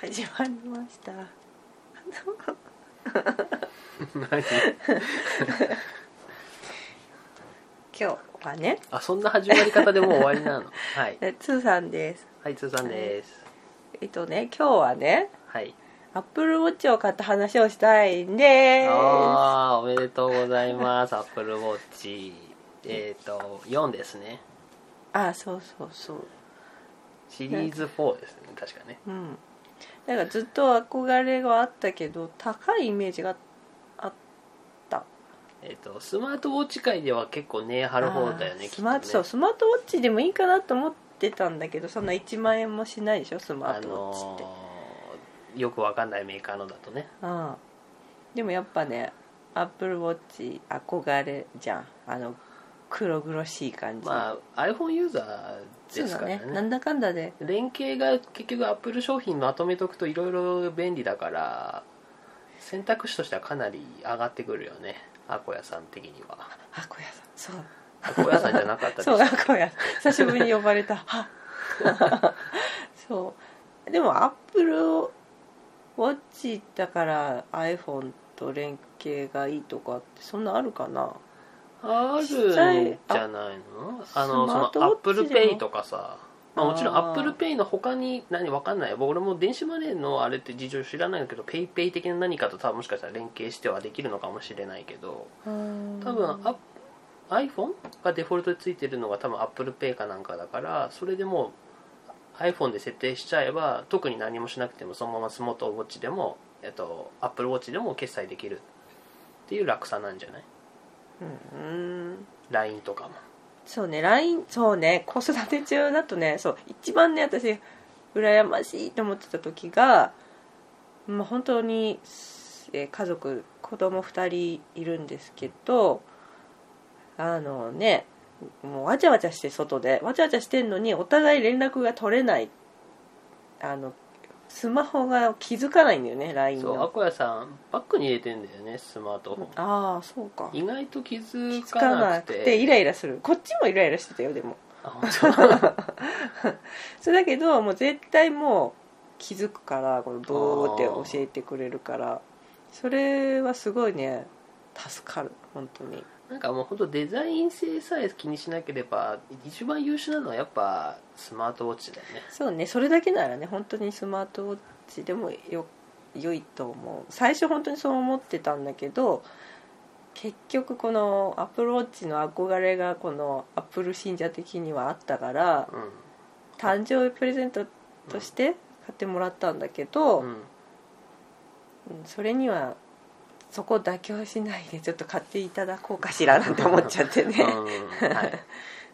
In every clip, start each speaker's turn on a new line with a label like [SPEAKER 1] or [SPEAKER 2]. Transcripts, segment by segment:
[SPEAKER 1] 始まりました。
[SPEAKER 2] 何
[SPEAKER 1] 今日はね、
[SPEAKER 2] あそんな始まり方でもう終わりなの はい
[SPEAKER 1] えつーさんです。
[SPEAKER 2] はいつーさんです
[SPEAKER 1] えっとね、今日はね、
[SPEAKER 2] はい
[SPEAKER 1] アップルウォッチを買った話をしたいんで
[SPEAKER 2] ああおめでとうございますアップルウォッチえっ、と4ですね
[SPEAKER 1] す。あ、そうそうそう。
[SPEAKER 2] シリーズ4ですね確かね
[SPEAKER 1] うん。なんかずっと憧れがあったけど、高いイメージがあった。
[SPEAKER 2] えっ、とスマートウォッチ界では結構値張る方だよ
[SPEAKER 1] あ
[SPEAKER 2] ね
[SPEAKER 1] ー
[SPEAKER 2] きっ
[SPEAKER 1] ス
[SPEAKER 2] と
[SPEAKER 1] マー
[SPEAKER 2] ね
[SPEAKER 1] ト、そう、スマートウォッチでもいいかなと思ってたんだけど、そんな1万円もしないでしょ、スマ
[SPEAKER 2] あ
[SPEAKER 1] ートウォッチって。
[SPEAKER 2] のーよくわかんないメーカーのだとね
[SPEAKER 1] うん、でもやっぱねアップルウォッチ憧れじゃんあの黒々しい感じ、
[SPEAKER 2] まあ iPhone ユーザー
[SPEAKER 1] そ
[SPEAKER 2] で
[SPEAKER 1] う
[SPEAKER 2] す
[SPEAKER 1] だ
[SPEAKER 2] から
[SPEAKER 1] ね
[SPEAKER 2] ね
[SPEAKER 1] なんだかんだで
[SPEAKER 2] 連携が結局アップル商品まとめとくといろいろ便利だから選択肢としてはかなり上がってくるよねアコヤさん的には
[SPEAKER 1] あこやさんそう
[SPEAKER 2] アコヤさんじゃなかったです
[SPEAKER 1] そうあこや久しぶりに呼ば れたあ そうでもアップルウォッチだから iPhone と連携がいいとかってそんなあるかな
[SPEAKER 2] あるんじゃないのあの
[SPEAKER 1] ス
[SPEAKER 2] そ
[SPEAKER 1] マ
[SPEAKER 2] の
[SPEAKER 1] ートウォッチでも
[SPEAKER 2] アップルペイとかさまあ、もちろん
[SPEAKER 1] あ
[SPEAKER 2] ア
[SPEAKER 1] ー
[SPEAKER 2] ップルペイの他に何わかんない僕俺も電子マネーのあれって事情知らないけどペイペイ的な何かと多分もしかしたら連携してはできるのかもしれないけど
[SPEAKER 1] 多分
[SPEAKER 2] 多分ア iPhone がデフォルトでついてるのが多分 ApplePay かなんかだからそれでもう iPhone で設定しちゃえば特に何もしなくてもそのままスマートウォッチでも、えっと、Apple Watch でも決済できるっていう楽さなんじゃない
[SPEAKER 1] うん
[SPEAKER 2] LINE とかも
[SPEAKER 1] そうね LINE そうね子育て中だとねそう一番ね私羨ましいと思ってた時が、まあ、本当に、えー家族子供2人いるんですけどあのねもうわちゃわちゃして外でわちゃわちゃしてんのにお互い連絡が取れないあのスマホが気づかないんだよね LINE
[SPEAKER 2] そうア
[SPEAKER 1] の
[SPEAKER 2] コヤさんバッグに入れてんだよねスマートフォン
[SPEAKER 1] ああそうか
[SPEAKER 2] 意外と気づ
[SPEAKER 1] 気づ
[SPEAKER 2] か
[SPEAKER 1] か
[SPEAKER 2] な
[SPEAKER 1] な
[SPEAKER 2] く
[SPEAKER 1] く
[SPEAKER 2] て
[SPEAKER 1] てイライラするこっちもイライラしてたよでも
[SPEAKER 2] あ本当
[SPEAKER 1] そうだけどもう絶対もう気づくからこのブーって教えてくれるからそれはすごいね助かる本当に
[SPEAKER 2] なんかもう本当デザイン性さえ気にしなければ一番優秀なのはやっぱスマートウォッチだよね
[SPEAKER 1] そうねそれだけならね本当にスマートウォッチでもよ良いと思う最初本当にそう思ってたんだけど結局このアップルウォッチの憧れがこのアップル信者的にはあったから
[SPEAKER 2] うん
[SPEAKER 1] 誕生日プレゼントとして買ってもらったんだけど、
[SPEAKER 2] うん
[SPEAKER 1] うんそれにはそこ妥協しないでちょっと買っていただこうかしらなんて思っちゃってね、
[SPEAKER 2] うんはい、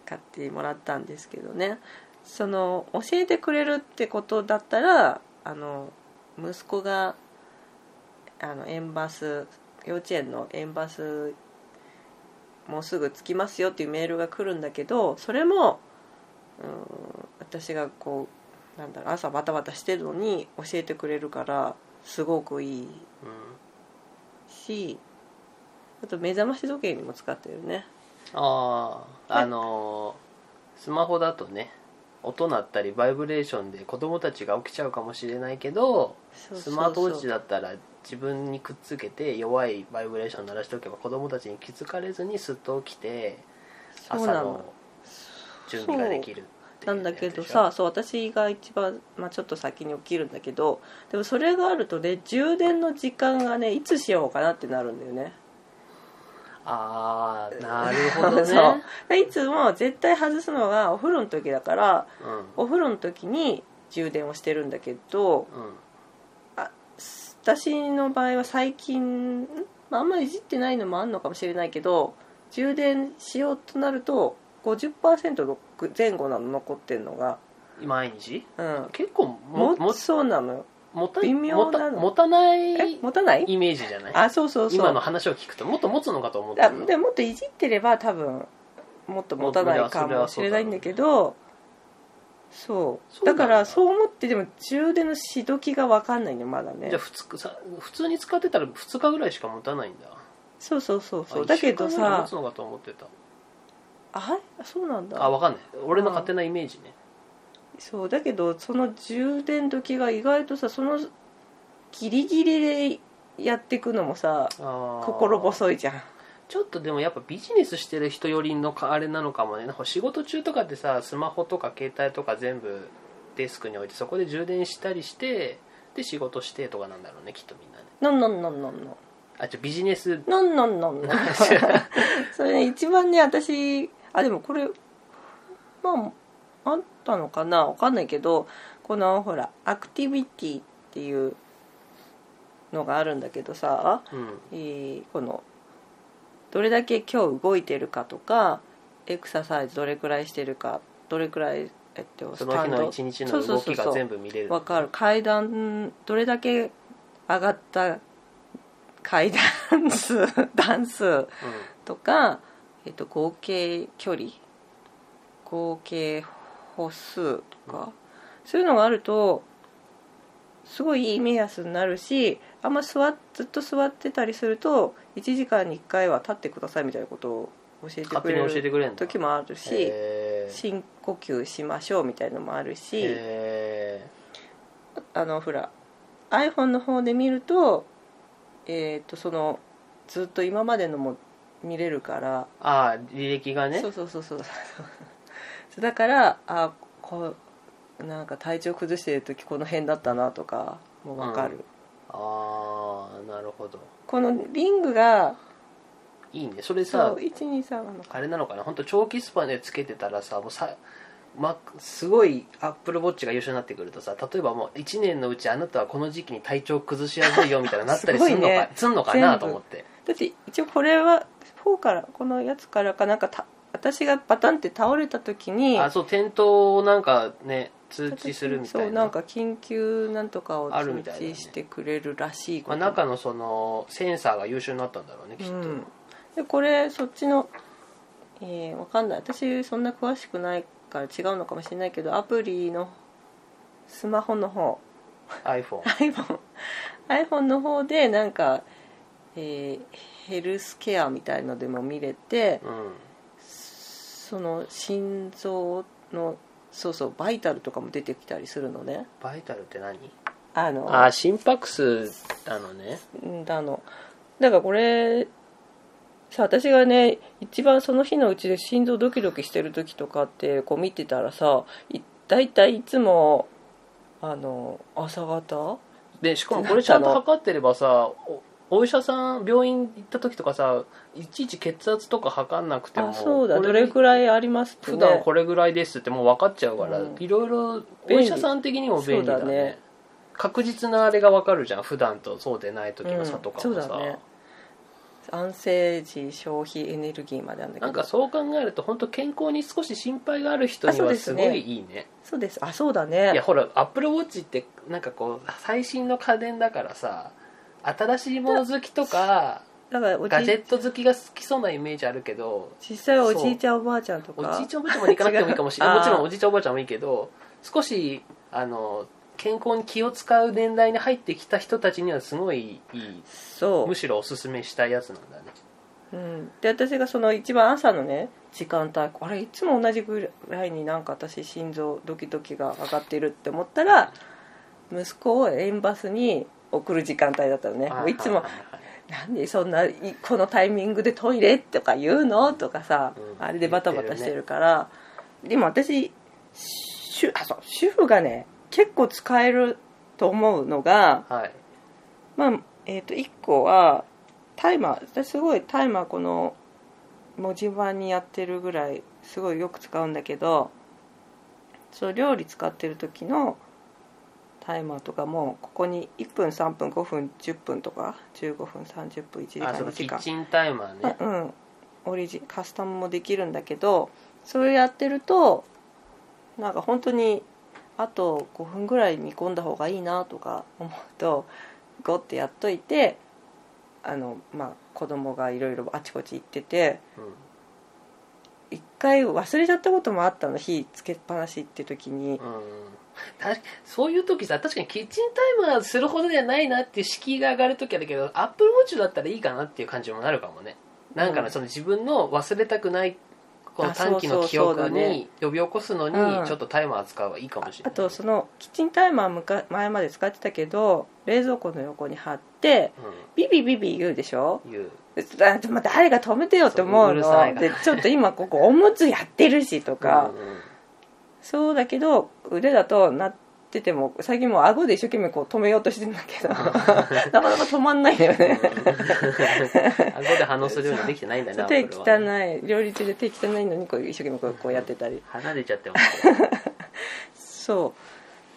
[SPEAKER 1] 買ってもらったんですけどねその教えてくれるってことだったらあの息子があの園バス幼稚園の園バスもうすぐ着きますよっていうメールが来るんだけどそれもうーん私がこうなんだろう朝バタバタしてるのに教えてくれるからすごくいい
[SPEAKER 2] うん
[SPEAKER 1] しあと目覚まし時計にも使ってるね
[SPEAKER 2] あああのースマホだとね音鳴ったりバイブレーションで子供たちが起きちゃうかもしれないけど
[SPEAKER 1] そうそう
[SPEAKER 2] ス
[SPEAKER 1] そう
[SPEAKER 2] マートウォッチだったら自分にくっつけて弱いバイブレーション鳴らしておけば子供たちに気づかれずにすっと起きて
[SPEAKER 1] そう
[SPEAKER 2] 朝
[SPEAKER 1] な
[SPEAKER 2] の
[SPEAKER 1] の
[SPEAKER 2] 準備ができるってい
[SPEAKER 1] な
[SPEAKER 2] う
[SPEAKER 1] んだけどさそう私が一番、まあ、ちょっと先に起きるんだけどでもそれがあるとね充電の時間がねいつしようかなってなるんだよね
[SPEAKER 2] ああなるほど ね
[SPEAKER 1] そうでいつも絶対外すのがお風呂の時だから
[SPEAKER 2] うん
[SPEAKER 1] お風呂の時に充電をしてるんだけど
[SPEAKER 2] うん
[SPEAKER 1] 私の場合は最近んまああんまいじってないのもあんのかもしれないけど充電しようとなると50%の前後なの残ってるのが
[SPEAKER 2] 毎日
[SPEAKER 1] うん
[SPEAKER 2] 結構も
[SPEAKER 1] も
[SPEAKER 2] も
[SPEAKER 1] そうなのよ
[SPEAKER 2] もた
[SPEAKER 1] 微妙
[SPEAKER 2] も
[SPEAKER 1] な
[SPEAKER 2] た
[SPEAKER 1] の
[SPEAKER 2] 持たない
[SPEAKER 1] え持たない
[SPEAKER 2] イメージじゃない
[SPEAKER 1] あそうそうそう
[SPEAKER 2] 今の話を聞くともっと持つのかと思って
[SPEAKER 1] あ
[SPEAKER 2] た
[SPEAKER 1] でももっといじってれば多分もっと持たないかもしれないんだけどそう
[SPEAKER 2] そう
[SPEAKER 1] だ
[SPEAKER 2] なんだ
[SPEAKER 1] からそう思ってでも充電のしどきが分かんないのよまだね
[SPEAKER 2] じゃあ普通さ普通に使ってたら2日ぐらいしか持たないんだ
[SPEAKER 1] そうそうそうそ
[SPEAKER 2] あ
[SPEAKER 1] うだけど
[SPEAKER 2] 一週間ぐらい持
[SPEAKER 1] さ
[SPEAKER 2] つのかと思ってた
[SPEAKER 1] あはいあそうなんだ
[SPEAKER 2] あ分かんない俺の勝手なイメージね
[SPEAKER 1] そうだけどその充電時が意外とさそのギリギリでやっていくのもさ
[SPEAKER 2] あー
[SPEAKER 1] 心細いじゃん
[SPEAKER 2] ちょっとでもやっぱビジネスしてる人寄りのかあれなのかもねなんか仕事中とかってさスマホとか携帯とか全部デスクに置いてそこで充電したりしてで仕事してとかなんだろうねきっとみんなね
[SPEAKER 1] なんなんなんなんなん
[SPEAKER 2] あじゃビジネス
[SPEAKER 1] なんなんなんなん それね一番ね私あでもこれまああったのかなわかんないけどこのほらアクティビティっていうのがあるんだけどさ、
[SPEAKER 2] うん
[SPEAKER 1] えーこのどれだけ今日動いてるかとかエクササイズどれくらいしてるかどれくらい、えっと、
[SPEAKER 2] その日の一日の動き
[SPEAKER 1] そ
[SPEAKER 2] が
[SPEAKER 1] うそうそう
[SPEAKER 2] 全部見れる
[SPEAKER 1] わかる階段どれだけ上がった階段数 段数とか、えっと、合計距離合計歩数とか、そういうのがあるとすごいいい目安になるしあんま座っずっと座ってたりすると1時間に1回は立ってくださいみたいなことを教えて
[SPEAKER 2] 勝
[SPEAKER 1] く
[SPEAKER 2] 手
[SPEAKER 1] れ
[SPEAKER 2] に教え
[SPEAKER 1] る
[SPEAKER 2] てくれるんだ
[SPEAKER 1] 時もあるし
[SPEAKER 2] へー
[SPEAKER 1] 深呼吸しましょうみたいのもあるし。
[SPEAKER 2] へ
[SPEAKER 1] あのほら iPhone の方で見ると,、えー、とそのずっと今までのも見れるから、
[SPEAKER 2] ーああ履歴がね
[SPEAKER 1] そうそうそうそうそう だからあこうなんか体調崩してる時この辺だったなとかも分かる、
[SPEAKER 2] うああなるほど
[SPEAKER 1] このリングが
[SPEAKER 2] いいねそれ
[SPEAKER 1] そ
[SPEAKER 2] さ
[SPEAKER 1] う123なのか
[SPEAKER 2] あれなのかな本当長期スパンでつけてたらさもうさ、ま、すごいアップルウォッチが優秀になってくるとさ例えばもう1年のうちあなたはこの時期に体調崩しやすいよみたいななったりする
[SPEAKER 1] すご
[SPEAKER 2] のか,、
[SPEAKER 1] いね
[SPEAKER 2] すんのかな
[SPEAKER 1] 全部
[SPEAKER 2] と思って
[SPEAKER 1] だって一応これは4からこのやつからかなんかた私がバタンって倒れた時に
[SPEAKER 2] あそう転倒をなんかね通知するみたいな
[SPEAKER 1] そうなんか緊急なんとかを
[SPEAKER 2] あるみたい
[SPEAKER 1] 通
[SPEAKER 2] だね
[SPEAKER 1] 知してくれるらしいこ
[SPEAKER 2] まあ、
[SPEAKER 1] と
[SPEAKER 2] 中のそのセンサーが優秀になったんだろうねきっと、
[SPEAKER 1] うん、でこれそっちの、えーわかんない私そんな詳しくないから違うのかもしれないけどアプリのスマホの方
[SPEAKER 2] iPhone
[SPEAKER 1] iPhone, iPhone の方でなんか、えーヘルスケアみたいのでも見れて
[SPEAKER 2] うん
[SPEAKER 1] その心臓のそうそうバイタルとかも出てきたりするのね
[SPEAKER 2] バイタルって何
[SPEAKER 1] あの
[SPEAKER 2] あ心拍数なのね
[SPEAKER 1] んだのだからこれさ私がね一番その日のうちで心臓ドキドキしてる時とかってこう見てたらさい大体いつもあの朝方
[SPEAKER 2] でしかもこれちゃんと測ってればさおお医者さん病院行った時とかさいちいち血圧とか測んなくても
[SPEAKER 1] あそうだ
[SPEAKER 2] これ
[SPEAKER 1] どれくらいありますって、ね、
[SPEAKER 2] 普段これぐらいですってもう分かっちゃうから、
[SPEAKER 1] うん
[SPEAKER 2] いろいろ
[SPEAKER 1] 便
[SPEAKER 2] お
[SPEAKER 1] 利
[SPEAKER 2] 医者さん的にも便利だね
[SPEAKER 1] そうだね
[SPEAKER 2] 確実なあれが分かるじゃん普段とそうでない時の差とかも
[SPEAKER 1] うん
[SPEAKER 2] さ、
[SPEAKER 1] そうだね安静時消費エネルギーまでなんだけど
[SPEAKER 2] なんかそう考えると本当健康に少し心配がある人
[SPEAKER 1] あ
[SPEAKER 2] に
[SPEAKER 1] そう
[SPEAKER 2] は
[SPEAKER 1] です
[SPEAKER 2] す
[SPEAKER 1] ね
[SPEAKER 2] ごいいいね
[SPEAKER 1] そうですあそうだ
[SPEAKER 2] い
[SPEAKER 1] ね
[SPEAKER 2] やほらアップルウォッチってなんかこう最新の家電だからさ新しいもの好きとか
[SPEAKER 1] だからお
[SPEAKER 2] ガジェ
[SPEAKER 1] じ
[SPEAKER 2] ット好きが好きそうなイメージあるけど
[SPEAKER 1] 実際おじいちゃんおばあちゃんと
[SPEAKER 2] お
[SPEAKER 1] か
[SPEAKER 2] じいちゃんおばあちゃんまで行かなくてもいいかもしれな
[SPEAKER 1] 違
[SPEAKER 2] いうもちろんおじいちゃんおばあちゃんもいいけど少しあの健康に気を使う年代に入ってきた人たちにはすごいいい
[SPEAKER 1] そう
[SPEAKER 2] むしろおすすめしたいやつなんだね
[SPEAKER 1] うん、で私がその一番朝のね時間帯あれいつも同じぐらいになんか私心臓ドキドキが上がってるって思ったら息子を園バスに送る時間帯だったのねもういつも
[SPEAKER 2] は
[SPEAKER 1] 「なんでそんないこのタイミングでトイレ?」とか言うのとかさ、
[SPEAKER 2] うん
[SPEAKER 1] あれでバタバタしてるからでも私主あそう主婦がね結構使えると思うのが
[SPEAKER 2] いはいはいはい
[SPEAKER 1] まあえー、と1個はタイマー私すごいタイマーこの文字盤にやってるぐらいすごいよく使うんだけどそう料理使ってる時のタイマーとかもここに1分3分5分10分とか15分30分1時間
[SPEAKER 2] あそ
[SPEAKER 1] 2
[SPEAKER 2] うキ
[SPEAKER 1] 時
[SPEAKER 2] ッ
[SPEAKER 1] 間
[SPEAKER 2] チンタイマーね
[SPEAKER 1] うんオリジンカスタムもできるんだけどそれやってるとなんか本当にあと5分ぐらい煮込んだ方がいいなとか思うとゴッてやっといてあのまあ子供がいろいろあちこち行ってて
[SPEAKER 2] うん
[SPEAKER 1] 一回忘れちゃったこともあったの火つけっぱなしって時に
[SPEAKER 2] うん確かそういう時さ確かにキッチンタイマーするほどじゃないなっていう敷居が上がる時あるけどアップルウォッチだったらいいかなっていう感じもなるかもねなんか
[SPEAKER 1] う
[SPEAKER 2] ね
[SPEAKER 1] ん
[SPEAKER 2] その自分の忘れたくないこの
[SPEAKER 1] あそうそう
[SPEAKER 2] 短期の記
[SPEAKER 1] そ
[SPEAKER 2] 憶
[SPEAKER 1] うだ
[SPEAKER 2] に
[SPEAKER 1] ね
[SPEAKER 2] 呼び起こすの
[SPEAKER 1] うん
[SPEAKER 2] にちょっとタイマー使うはいいかもしれな
[SPEAKER 1] あ
[SPEAKER 2] い、
[SPEAKER 1] とそのキッチンタイマーむか前まで使ってたけど冷蔵庫の横に貼ってビビビビ言うでしょ
[SPEAKER 2] うん、いう
[SPEAKER 1] だまあ誰が止めてよって思う
[SPEAKER 2] そううるさい
[SPEAKER 1] の
[SPEAKER 2] な
[SPEAKER 1] でちょっと今ここおむつやってるしとか、
[SPEAKER 2] うん うん
[SPEAKER 1] そうだけど腕だとなってても最近もう顎で一生懸命こう止めようとしてるんだ けどなかなか止まんないんだよね
[SPEAKER 2] うん顎で反応するようにできてない んだな
[SPEAKER 1] 手
[SPEAKER 2] これはね
[SPEAKER 1] 汚い料理中で手汚いのにこう一生懸命こうこうやってたり
[SPEAKER 2] 離れちゃってますけど、
[SPEAKER 1] そ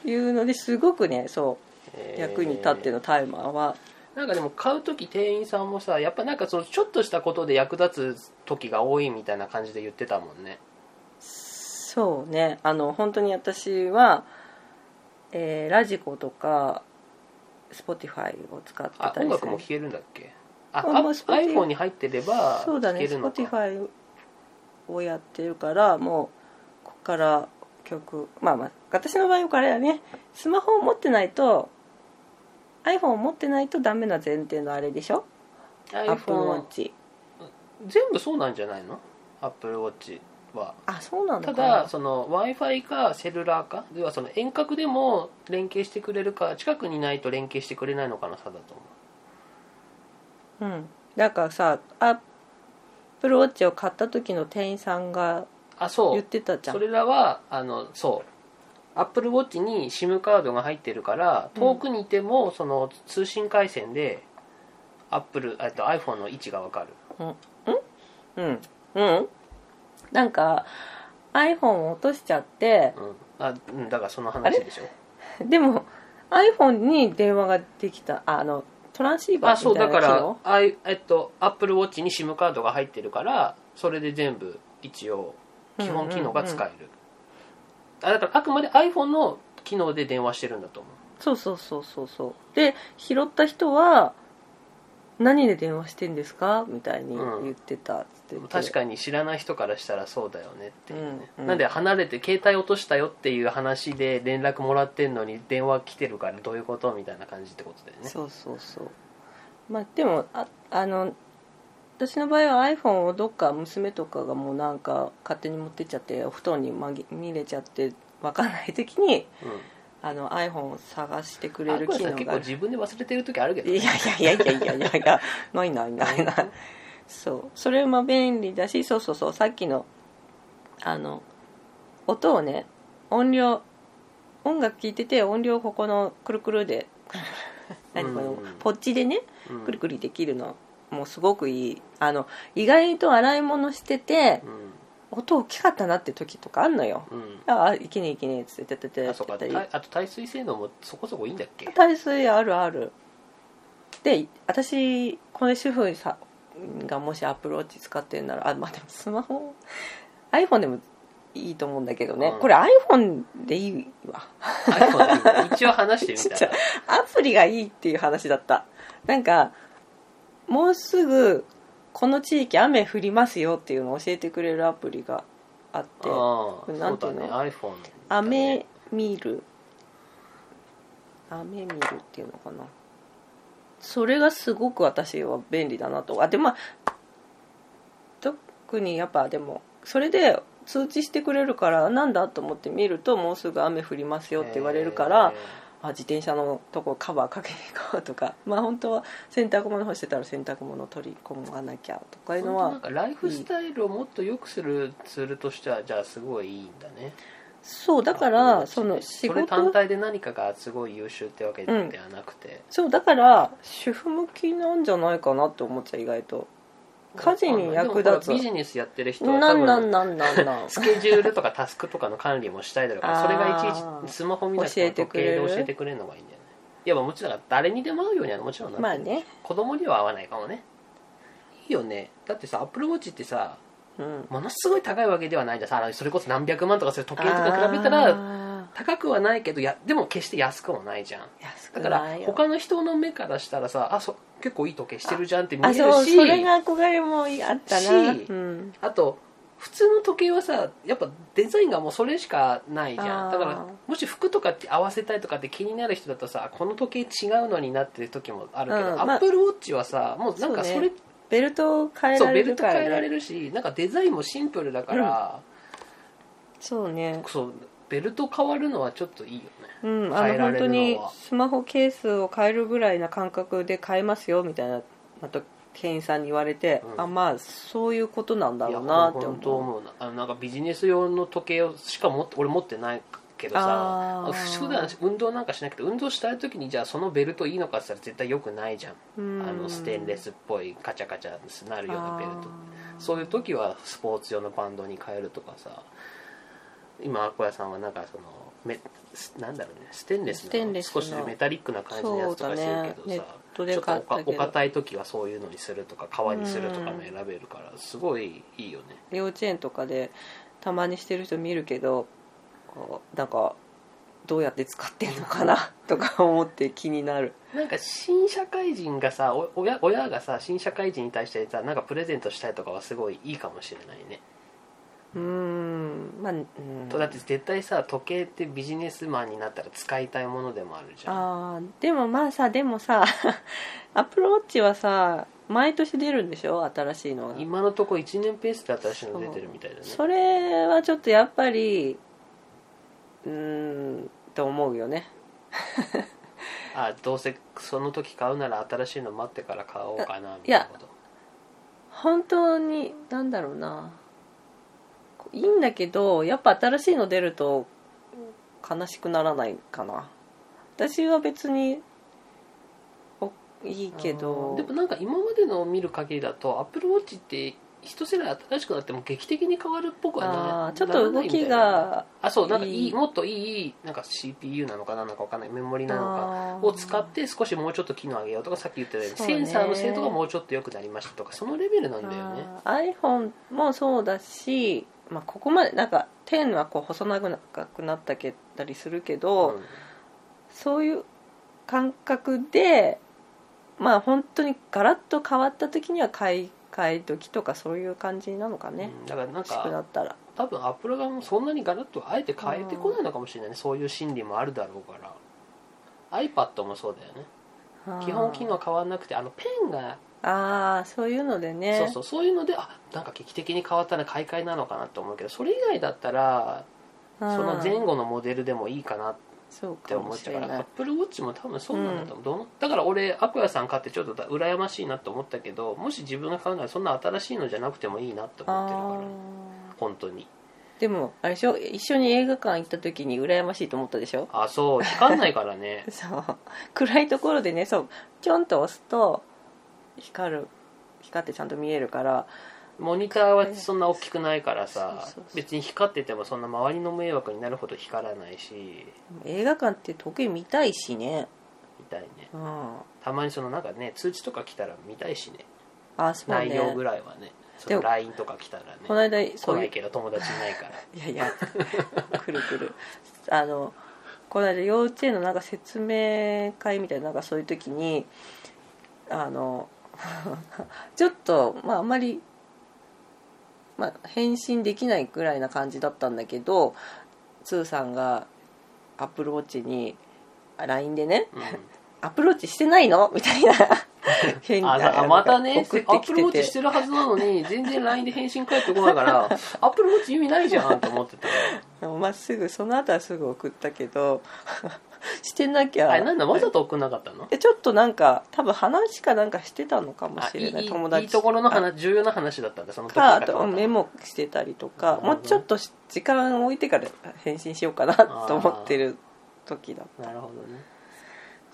[SPEAKER 1] ういうのですごくねそう
[SPEAKER 2] え ー
[SPEAKER 1] 役に立ってのタイマーは、
[SPEAKER 2] なんかでも買う時店員さんもさやっぱなんかそのちょっとしたことで役立つ時が多いみたいな感じで言ってたもんね
[SPEAKER 1] そうねあの本当に私は、えーラジコとか Spotify を使って
[SPEAKER 2] あ
[SPEAKER 1] た
[SPEAKER 2] 音
[SPEAKER 1] りす
[SPEAKER 2] 楽
[SPEAKER 1] る
[SPEAKER 2] も聴けるんだっけあ
[SPEAKER 1] あ
[SPEAKER 2] あ
[SPEAKER 1] もう Spotify
[SPEAKER 2] iPhone に入ってれば
[SPEAKER 1] そうだ
[SPEAKER 2] 聴
[SPEAKER 1] ね
[SPEAKER 2] けるのか、
[SPEAKER 1] Spotify をやってるからもうここから曲まあまあ私の場合はあれだねスマホを持ってないと iPhone を持ってないとダメな前提のあれでしょ
[SPEAKER 2] iPhone
[SPEAKER 1] AppleWatch
[SPEAKER 2] 全部そうなんじゃないの AppleWatch は
[SPEAKER 1] あそうなの
[SPEAKER 2] た
[SPEAKER 1] か
[SPEAKER 2] だ
[SPEAKER 1] な
[SPEAKER 2] その w i f i かセルラーかではその遠隔でも連携してくれるか近くにないと連携してくれないのかの差だと思
[SPEAKER 1] うんだからさ AppleWatch を買った時の店員さんが
[SPEAKER 2] うあそ
[SPEAKER 1] 言っ
[SPEAKER 2] う
[SPEAKER 1] てたじゃん
[SPEAKER 2] それらはあのそう AppleWatch に SIM カードが入ってるから
[SPEAKER 1] うん
[SPEAKER 2] 遠くにいてもその通信回線で Apple えっと iPhone の位置がわかる
[SPEAKER 1] うんうんなんか iPhone を落としちゃって
[SPEAKER 2] うんあうんだからその話でしょ
[SPEAKER 1] でも iPhone に電話ができたああのトランシー
[SPEAKER 2] あ
[SPEAKER 1] バー
[SPEAKER 2] そ
[SPEAKER 1] み
[SPEAKER 2] う
[SPEAKER 1] た
[SPEAKER 2] だ
[SPEAKER 1] い
[SPEAKER 2] か
[SPEAKER 1] な機
[SPEAKER 2] ら
[SPEAKER 1] 能
[SPEAKER 2] あいえっと AppleWatch に SIM カードが入ってるからそれで全部一応基本機能が使える、あだからあくまで iPhone の機能で電話してるんだと思
[SPEAKER 1] そうそうそうそうそうで拾った人は何で電話してんですかみたいに言ってたっつって
[SPEAKER 2] う確かに知らない人からしたらそうだよねっていうね、
[SPEAKER 1] うんうん
[SPEAKER 2] なんで離れて携帯落としたよっていう話で連絡もらってんのに電話来てるからどういうことみたいな感じってことだよね
[SPEAKER 1] そうそうそうまあでもああの私の場合は iPhone をどっか娘とかがもうなんか勝手に持ってっちゃってお布団に紛見れちゃってわかんない時にあの iPhone を探してく
[SPEAKER 2] うん、
[SPEAKER 1] れ
[SPEAKER 2] あ
[SPEAKER 1] る
[SPEAKER 2] これ
[SPEAKER 1] 機
[SPEAKER 2] さ
[SPEAKER 1] 能
[SPEAKER 2] 結
[SPEAKER 1] があ
[SPEAKER 2] 構
[SPEAKER 1] る
[SPEAKER 2] 自分で忘れてる時あるけど
[SPEAKER 1] いやいやいやいやいやいやいやないないないないそうそれも便利だしそうそうそうさっきのあの音をね音量音楽聴いてて音量をここのくるくる で何この
[SPEAKER 2] うん
[SPEAKER 1] ポッチでね
[SPEAKER 2] うん
[SPEAKER 1] くるくるできるのもうすごくいいあの意外と洗い物してて音大きかったなって時とかあんのよ
[SPEAKER 2] うん、うん
[SPEAKER 1] ああいけねえいけねえっつっててて
[SPEAKER 2] あそうか
[SPEAKER 1] て
[SPEAKER 2] たあと耐水性能もそこそこいいんだっけ
[SPEAKER 1] 耐水あるあるで私この主婦さがもしアップローチ使ってるならあまあでもスマホ iPhone でもいいと思うんだけどね、
[SPEAKER 2] うん
[SPEAKER 1] これ iPhone でいいわ
[SPEAKER 2] iPhone で一応話してみた
[SPEAKER 1] ちっちゃ
[SPEAKER 2] ら
[SPEAKER 1] いアプリがいいっていう話だったなんかもうすぐこの地域雨降りますよっていうのを教えてくれるアプリがあって
[SPEAKER 2] ああ
[SPEAKER 1] れなんていうの
[SPEAKER 2] そうだね iPhone だね
[SPEAKER 1] 雨見る雨見るっていうのかなそれがすごく私は便利だなとあでもまあ特にやっぱでもそれで通知してくれるからなんだと思って見るともうすぐ雨降りますよって言われるから、あ自転車のとこカバーかけに行こうとかまあ本当は洗濯物干してたら洗濯物取り込まなきゃとか
[SPEAKER 2] え
[SPEAKER 1] い
[SPEAKER 2] ー
[SPEAKER 1] うの
[SPEAKER 2] 本当なん
[SPEAKER 1] は
[SPEAKER 2] かライフスタイルをもっと良くするツールとしてはじゃあすごいいいんだね
[SPEAKER 1] そうだか
[SPEAKER 2] あ
[SPEAKER 1] ら
[SPEAKER 2] いいです
[SPEAKER 1] そ
[SPEAKER 2] ね
[SPEAKER 1] の仕
[SPEAKER 2] それ
[SPEAKER 1] 事
[SPEAKER 2] 単体で何かがすごい優秀ってわけではなくて、
[SPEAKER 1] そうだから主婦向きなんじゃないかなって思っちゃう意外と家事に役立つ
[SPEAKER 2] でもほらビジネスやってる人は
[SPEAKER 1] な
[SPEAKER 2] 多
[SPEAKER 1] んなん
[SPEAKER 2] 分
[SPEAKER 1] なんなんなん
[SPEAKER 2] スケジュールとかタスクとかの管理もしたいだろうから
[SPEAKER 1] あー
[SPEAKER 2] それがいちいちスマホ見なくて
[SPEAKER 1] 教
[SPEAKER 2] も
[SPEAKER 1] えて
[SPEAKER 2] 時
[SPEAKER 1] く
[SPEAKER 2] 計
[SPEAKER 1] れ
[SPEAKER 2] で
[SPEAKER 1] る
[SPEAKER 2] 教えてくれるのがいいんだよねいやまあもちろん誰にでも合うようにはもちろんなってる
[SPEAKER 1] まあね
[SPEAKER 2] 子供には合わないかもねいいよねだってさアップルウォッチってさ
[SPEAKER 1] うん
[SPEAKER 2] ものすごい高いわけではないじゃんさあのそれこそ何百万とかする時計とか比べたら
[SPEAKER 1] ら
[SPEAKER 2] 高くはないけどやでも決して安くもないじゃん
[SPEAKER 1] 安
[SPEAKER 2] だ
[SPEAKER 1] く
[SPEAKER 2] から
[SPEAKER 1] ないよ
[SPEAKER 2] 他の人の目からしたらさあそ結構いい時計してるじゃんって見え
[SPEAKER 1] あ
[SPEAKER 2] るし
[SPEAKER 1] そうそれが憧れもあったな、
[SPEAKER 2] し
[SPEAKER 1] うん、
[SPEAKER 2] あと普通の時計はさやっぱデザインがもうそれしかないじゃ
[SPEAKER 1] あ
[SPEAKER 2] ん
[SPEAKER 1] ー
[SPEAKER 2] だからもし服とかって合わせたいとかって気になる人だとさこの時計違うのになってる時もあるけど、
[SPEAKER 1] うんまあ
[SPEAKER 2] アップルウォッチはさもうなんか
[SPEAKER 1] そうね
[SPEAKER 2] それ
[SPEAKER 1] ベルトを変え
[SPEAKER 2] そう
[SPEAKER 1] ら
[SPEAKER 2] ベ
[SPEAKER 1] れ
[SPEAKER 2] ル
[SPEAKER 1] る
[SPEAKER 2] ト
[SPEAKER 1] から
[SPEAKER 2] 変えら
[SPEAKER 1] ね
[SPEAKER 2] れるしなんかデザインもシンプルだから、
[SPEAKER 1] そうね
[SPEAKER 2] そうベルト変わるのはちょっといいよね
[SPEAKER 1] うんあ
[SPEAKER 2] 変え
[SPEAKER 1] の
[SPEAKER 2] ら
[SPEAKER 1] 本
[SPEAKER 2] れ
[SPEAKER 1] 当
[SPEAKER 2] るの
[SPEAKER 1] に
[SPEAKER 2] は
[SPEAKER 1] スマホケースを変えるぐらいな感覚で変えますよみたいなまた店員さんに言われて、
[SPEAKER 2] うん
[SPEAKER 1] あまあそういうことなんだ
[SPEAKER 2] いや
[SPEAKER 1] ろうなって
[SPEAKER 2] 本当
[SPEAKER 1] 思う
[SPEAKER 2] 思うなあのなんかビジネス用の時計をしか持って俺持ってないけどさ
[SPEAKER 1] あー
[SPEAKER 2] 普段運動なんかしなくて運動したい時にじゃあそのベルトいいのかって言ったら絶対良くないじゃん、
[SPEAKER 1] うん
[SPEAKER 2] あのステンレスっぽいカチャカチャなるようなベルト
[SPEAKER 1] あー
[SPEAKER 2] そういう時はスポーツ用のバンドに変えるとかさ今アコヤさんはなんかそのめすなんだろうねステンレス
[SPEAKER 1] ステン
[SPEAKER 2] の
[SPEAKER 1] レスの
[SPEAKER 2] 少しメタリックな感じのやつとかしてる
[SPEAKER 1] そう
[SPEAKER 2] け
[SPEAKER 1] だねネ
[SPEAKER 2] ど
[SPEAKER 1] ッ
[SPEAKER 2] さ、
[SPEAKER 1] ト
[SPEAKER 2] ち
[SPEAKER 1] で
[SPEAKER 2] ょっと
[SPEAKER 1] 買っ
[SPEAKER 2] おか
[SPEAKER 1] た
[SPEAKER 2] お
[SPEAKER 1] けど
[SPEAKER 2] 堅い時はそういうのにするとか革にするとかも選べるからすごいいいよね
[SPEAKER 1] 幼稚園とかでたまにしてる人見るけどこうなんかどうやって使ってんのかな とか思って気になる
[SPEAKER 2] なんか新社会人がさお親親がさ新社会人に対してさなんかプレゼントしたいとかはすごいいいかもしれないね、
[SPEAKER 1] うーんまあ、うん、
[SPEAKER 2] とだって絶対さ時計ってビジネスマンになったら使いたいものでもあるじゃん
[SPEAKER 1] あーでもまあさでもさ アップルウォッチはさ毎年出るんでしょ新しいのが
[SPEAKER 2] 今のとこ1年ペースで新しいの出てるみたいだね
[SPEAKER 1] それはちょっとやっぱりうーんと思うよね
[SPEAKER 2] あどうせその時買うなら新しいの待ってから買おう
[SPEAKER 1] い
[SPEAKER 2] かなみたいな
[SPEAKER 1] や
[SPEAKER 2] こと
[SPEAKER 1] 本当になんだろうないいんだけどやっぱ新しいの出ると悲しくならないかな私は別においいけ
[SPEAKER 2] うん
[SPEAKER 1] ど
[SPEAKER 2] でもなんか今までのを見る限りだとアップルウォッチって一世代新しくなっても劇的に変わるっぽくはな
[SPEAKER 1] あ
[SPEAKER 2] い
[SPEAKER 1] ーちょっと動きが
[SPEAKER 2] あそうなんかい
[SPEAKER 1] い
[SPEAKER 2] い
[SPEAKER 1] い
[SPEAKER 2] もっといいなんか CPU なのかななんかわかんないメモリなのか
[SPEAKER 1] あー
[SPEAKER 2] を使って少しもうちょっと機能上げようとかさっき言ってたように
[SPEAKER 1] そう
[SPEAKER 2] セ
[SPEAKER 1] ね
[SPEAKER 2] ンサーの精度がもうちょっと良くなりましたとかそのレベルなんだよね
[SPEAKER 1] あー iPhone もそうだし、まあ、ここまでなんか10はこう細長くなったけたりするけど、
[SPEAKER 2] うん
[SPEAKER 1] そういう感覚でまあ本当にガラッと変わった時には買い替え時とかそういう感じなのかね
[SPEAKER 2] う、んだからなん
[SPEAKER 1] 欲しく
[SPEAKER 2] か
[SPEAKER 1] なったら
[SPEAKER 2] 多分アップル側もそんなにガラッとあえて変えてこないのかもしれないねそういう心理もあるだろうから iPad もそうだよね基本機能変わんなくてあのペンが
[SPEAKER 1] あーあーそういうのでね
[SPEAKER 2] そうそうそういうのであなんか劇的に変わったら買い替えなのかなと思うけどそれ以外だったらそ
[SPEAKER 1] うん
[SPEAKER 2] の前後のモデルでもいいかなっ
[SPEAKER 1] そう
[SPEAKER 2] て
[SPEAKER 1] か
[SPEAKER 2] 思
[SPEAKER 1] も
[SPEAKER 2] っ
[SPEAKER 1] し
[SPEAKER 2] ちゃ
[SPEAKER 1] れ
[SPEAKER 2] うからア
[SPEAKER 1] な
[SPEAKER 2] ッ
[SPEAKER 1] い
[SPEAKER 2] プルウォッチも多分そうなんだと思う、どのだから俺アクアさん買ってちょっとだ羨ましいなと思ったけどもし自分が買うならそんな新しいのじゃなくてもいいなって思ってるから、ね、
[SPEAKER 1] あ
[SPEAKER 2] 本当に
[SPEAKER 1] ーでもあれでしょ一緒に映画館行った時に羨ましいと思ったでしょ
[SPEAKER 2] あそう光んないからね
[SPEAKER 1] そう暗いところでねそうちょんと押すと光る光ってちゃんと見えるから
[SPEAKER 2] モニターはそんな大きくないからさ
[SPEAKER 1] そうそうそう
[SPEAKER 2] 別に光っててもそんな周りの迷惑になるほど光らないし
[SPEAKER 1] 映画館って時計見たいしね
[SPEAKER 2] みたいね
[SPEAKER 1] うん
[SPEAKER 2] たまにそのなんかね通知とか来たら見たいしね
[SPEAKER 1] あそうね
[SPEAKER 2] 内容ぐらいはねそ
[SPEAKER 1] で
[SPEAKER 2] の
[SPEAKER 1] も
[SPEAKER 2] LINE とか来たら
[SPEAKER 1] この
[SPEAKER 2] ね
[SPEAKER 1] 間
[SPEAKER 2] 来
[SPEAKER 1] そう
[SPEAKER 2] ないいうけど友達いないから
[SPEAKER 1] いやいやくるくるあのこの間幼稚園のなんか説明会みたいななんかそういう時にあの ちょっとまああんまり、まあ、返信できないぐらいな感じだったんだけどつーさんがアップルウォッチにあ LINE でね
[SPEAKER 2] う
[SPEAKER 1] 「アップルウォッチしてないの?」みた いな返
[SPEAKER 2] んああまたね
[SPEAKER 1] 送
[SPEAKER 2] せ
[SPEAKER 1] っ
[SPEAKER 2] アッ
[SPEAKER 1] てき
[SPEAKER 2] プルウォ
[SPEAKER 1] て
[SPEAKER 2] ッチ
[SPEAKER 1] て
[SPEAKER 2] してるはずなのに全然 LINE で返信返ってこな いからアップルウォッチ意味ないじゃんと思ってたよ
[SPEAKER 1] でもまあすぐその後はすぐ送ったけど してなきゃ
[SPEAKER 2] あれなんだわざと送んなかったの
[SPEAKER 1] でちょっとなんか多分話かなんかしてたのかも
[SPEAKER 2] あ
[SPEAKER 1] し
[SPEAKER 2] いい
[SPEAKER 1] れない
[SPEAKER 2] いい
[SPEAKER 1] 友達
[SPEAKER 2] いいところの話重要な話だったんだその時
[SPEAKER 1] かあ
[SPEAKER 2] が
[SPEAKER 1] とメモしてたりとか、
[SPEAKER 2] なるほど
[SPEAKER 1] も
[SPEAKER 2] ね
[SPEAKER 1] うちょっとし時間置いてから返信しようかなと思ってる時だ
[SPEAKER 2] なるほどね